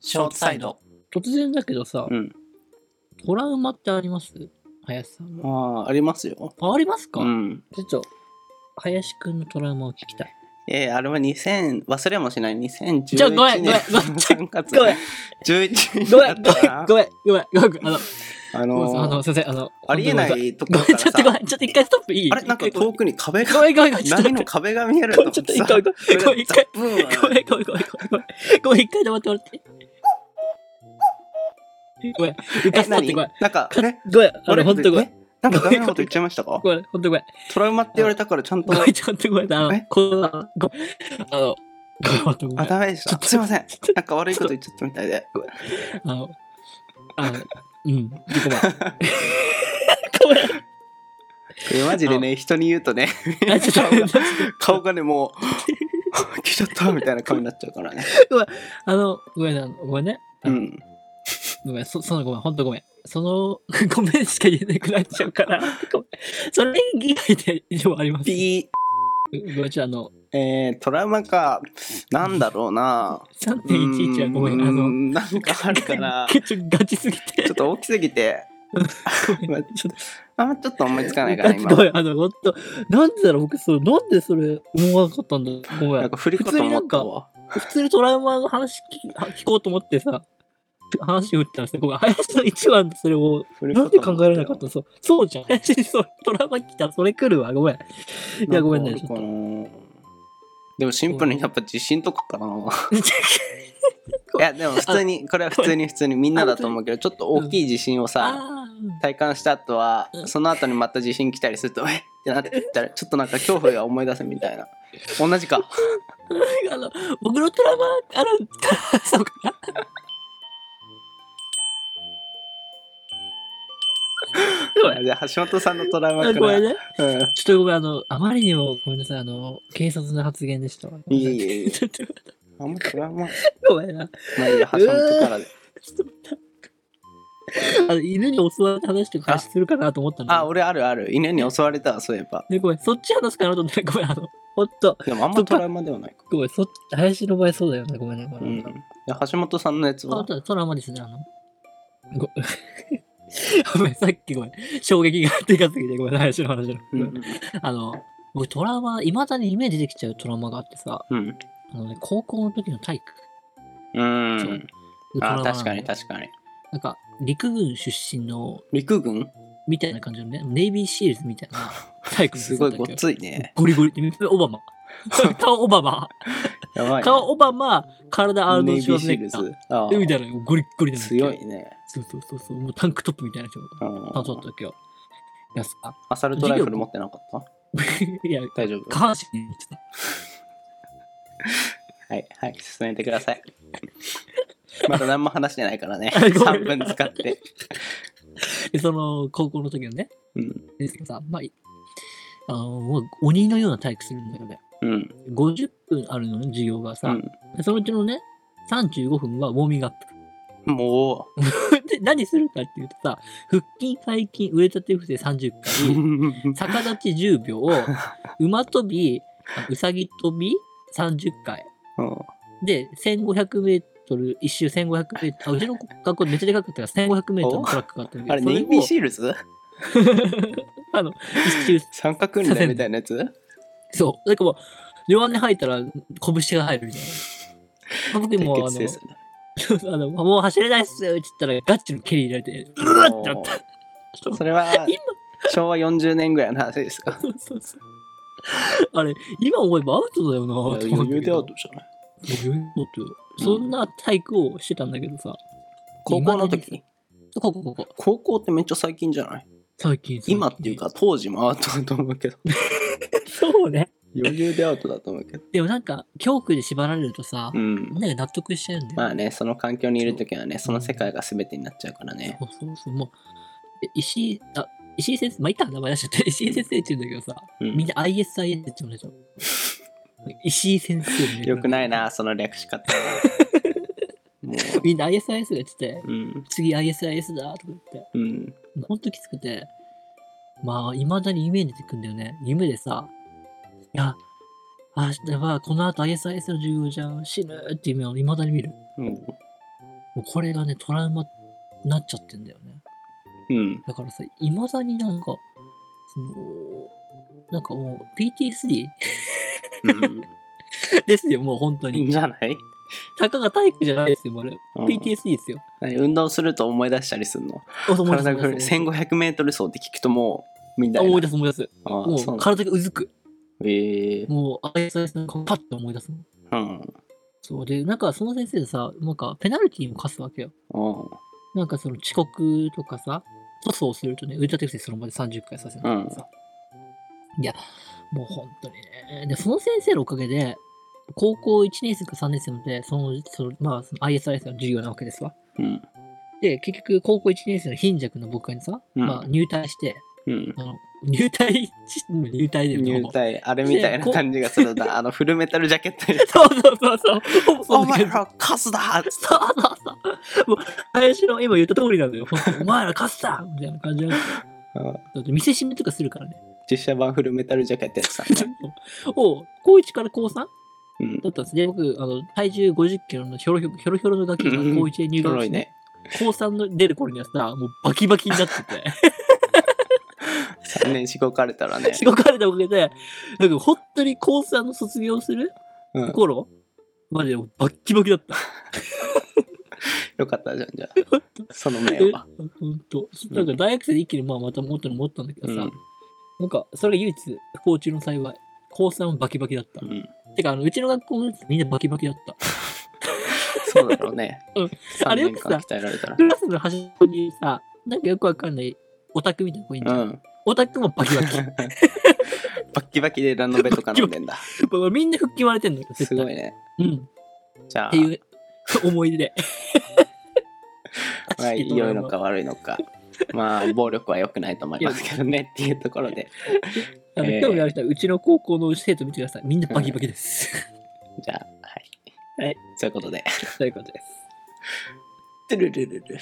ショートサイド。突然だけどさ、うん。トラウマってあります林さんあは。あ、ありますよ。あ、ありますか、うん。ちょっと、林くんのトラウマを聞き たい。えー、あれは2000、忘れもしない2011年。ちょごめんごめんごめんちょ3月ごめん、 11日ごだめっん、たごめかん、ごめん、ごめん、ごめん、あらの、あごめんあのー、の、すいません、あの、ありえな本当にいとこごめろん。かごめらさん、ちょっとごめん、ちょっと一回ストップいいあれなんか遠くに壁ごが、めん、ごめん、ごめん、ちょっ波との待って。壁が見えるとごめ思ん、っちょってとさ一回、ごめん、ごめん、ザ一回、ブーンごめん、ごめん、ごめん、ごめん、ごめん、一回黙ってもらって。ごめん、一回え、ストップ何ごめん。なんか、あれごめん、あ悪いの、こほとんとごめん。えなんかダメなこと言っちゃいましたかごめん、ほんとごめん。トラウマって言われたからちゃんとご。めん、ちょっとごめん、あのえ、この、ごめん、あの、ごめん、ほんとごめあ、ん。ダメでしちょたっ。とすいませんちょっと。なんか悪いこと言っちゃったみたいで。あの、あの、 うん、ごめん。ごめん。これマジでね、人に言うとね、あ、ちょっと、顔がね、もう、 来ちゃったみたいな顔になっちゃうからね。あの、ごめんな、ごめんね。う。うんごめん、そそのごめん、ほんとごめん。その、 ごめんしか言えなくなっちゃうから、ごめん。それ以外で以上あります。ピごめん、ちょっとあの、ー。えー、トラウマか。なんだろう な。 3.11はごめん、あうの、んなんかあるか な。ちょっとガチすぎてちょっ。と大きすぎて、ごめんちょっとあんまちょっと思いつかないから、ガチご今。めん、あの、ほんと、なんでだろう、僕、それ、なんでそれ思わなかったんだごめなんん。か振り子と思ったわ。普通にトラウマの話聞き聞こうと思ってさ、話振ったらさ、ごめん、林の一番のそれを振り子なんで考えられなかったたのそうそうじゃん。林に そうトラウマ来たらそれ来るわ。ごめん。いいや、ごめんね。ちょっと。でもシンプルにやっぱ自信とかかな。いごめんや、でも普通に、これは普通に普通にみんなだと思うけど、ちょっと大きい自信をさ、 あ体感した後はう、んその後にまた地震来たりすると、 えっってなったら、ちょっとなんか恐怖が思い出せみたいな。同じか。ーあの、僕のトラウマあるから、そう かな。ごめんじゃあ、橋本さんのトラウマかごめら。んうんね。ちょっとごめん、あの、あまりにもごめんなさい、あの、軽率な発言でしたわ。いえいえいえちょっとあんまトラウマ。ごめんな。まあいいや、橋本からで。ちょっとあの犬に襲われた話とか話するかなと思ったんだあ、けど。俺あるある。犬に襲われたわ、そういえば。ね、ごめん、そっち話すかなと思ったら、ごめん、あの、ほんと、でもあんまトラウマではないか。ごめん、そっち、林の場合そうだよね、ごめんね。ごうめん。でん橋本さんのやつあは。とトラウマですね、あの。ご ごめん、さっきごめん、衝撃がでかすぎて、ごめん、林の話の。うん。あの、僕、トラウマ、いまだに夢出てきちゃうトラウマがあってさ、うん。あのね、高校の時の体育。うん。トラウあ、マなの確かに確かに。なんか、陸軍出身の、陸軍みたいな感じのね、ネイビーシールズみたい な体育のす先ごい生だごっったっけついね。ゴリゴリ オバマ。顔オバマ。やばいね。顔オバマ、体アーノネルイド・ビシューワルシツネーッルガーズ。あみたいな、ゴリッゴリなの。強い。ね。そうそうそうそう、もうタンクトップみたいな人が。うんあ、そうだったっけよ。いやさ、アサルトライフル持ってなかった いや、大丈夫下半身にちょっはい、はい、進めてください。 まだ何も話してないからね。 ごめん3分使って。とでその、高校の時のね、うん。ですけどさ、まあ、いあの、もう鬼のような体育するんだよね。うん。 50分あるのね、授業がうさ、ん、でそのうちのね、35分はウォーミングアッも う。プ。で、何するかっていうとさ、腹筋、背筋、腕立て伏せ30回、逆立ち10秒、 馬跳び、あうさぎ跳び30回。で、1500メートル、一周1500メートル、あうちの学校めっちゃでかかったから1500メートルのトラックがあったんあだれ、けど、ネイビーシールズ あの、一周、三角訓練みたいなやつそう。なんかもう、両腕入ったら拳が入るみたいな。僕もうあ鉄血ですね。の、あの、もう走れないっすよって言ったらガッチの蹴り入れられて、うわってなった。そうそれは今、昭和40年ぐらいの話ですか。そうそうそう。あれ、今思えばアウトだよなぁと思余った裕けでアどウトじゃない。余裕でアウトそんな体育をしてたんだけどさ。高校の未だに時ここここ。高校ってめっちゃ最近じゃない最近。最近今っていう。か当時もアウトだと思う けど。そうね。余裕でアウトだと思うけど。でもなんか、恐怖で縛られるとさう、ん。なんか納得しちゃうんだよね。まあね、その環境にいるときはね、その世界が全てになっちゃうからね。そうそうそう、もう、え石井、あ、石井先生、まあ、いった 名前出しちゃって、石井先生って言うんだけどさ、うんみんな ISIS って言うんでしょ。 石井先生よくない。な、その略し方。 もみんな ISIS が言ってて、う、うん、次 ISIS だとか言って、うん、ほんときつくて、まあ、いまだに夢に出てくんだよね。夢でさ、いや、明日はこの後 ISIS の授業じゃん、死ぬって夢をいまだに見る。うん。もうこれがね、トラウマになっちゃってんだよね。うん。だからさ、いまだになんか、その、なんかもう PTSD? ですよ、もう本当うん。に。じゃないたかが体育じゃないですよ、もうあれ。うん PTSD ですよ。何運動すると思い出したりするのあそう思い出す体が思い出す1500メートル走って聞くともう、みんな。あ思い出す。す思い出す。ああ、そうもうなんだ体がうずく。ええもう、あいつあいつなんかパッと思い出すもん。うん。そうで、なんかその先生さ、なんかペナルティーも課すわけよ。うん。なんかその遅刻とかさ、塗装するとね、腕立て伏せその場で30回させなくてさ、いや、もう本当にね。で、その先生のおかげで、高校1年生か3年生まで、その、そのまあ、その ISIS の授業なわけですわ。うん。で、結局、高校1年生の貧弱の僕にさ、うんまあ、入隊して、うん。あの入隊、入隊だよね入ほぼ隊、あれみたいな感じがするな。あの、フルメタルジャケットに。 そうそうそうそう。ほぼ そおんな前感じらカスだーっつそうそうそう。もう、林の今言った通りなんだよ。ほんとお前ら勝つだみたいな感じなんだよってだって見せしめとかするからね。実写版フルメタルジャケットやってたんだ。を、高1から高 3? だうん。ったんですね。僕、あの、体重50キロのひょろひょろひょろひょろのガキがうんうん高1で入おも学ろしいて、ね。高3の出る頃にはさ、もうバキバキになってて。 3年しごかれた らね。しごかれたおかげで、なんか本当に高3の卒業するうん。頃までバッキバキだった。よかったじゃん、じゃ あ。その名えは。ほんと。なんか大学生で一気にまあまた元に戻ったんだけどうさ、ん。なんか、それが唯一、不幸中の幸い。高3はバキバキだったう。んてか、あの、うちの学校のやつみんなバキバキだった。そうだろうね。うん3あれよ年くさ間鍛えられたらク。ラスの端っこにさ、なんかよくわかんないオタクみたいな子いんじゃん。うん。 オタクもバキバキ。バッキバキでラノベとか飲んでん だ。みんな復帰割れてんのよ、絶す対。ごいね。うん。じゃっあて、いう思い出で。 まあ、良いのか悪いのか。まあ、暴力は良くないと思いますけどねっていうところで。あのえー興味ある人は、うちの高校の生徒見てください。みんなバキバキです。じゃあ、はい。はい。そういうことで。ということです。 トゥルルルル。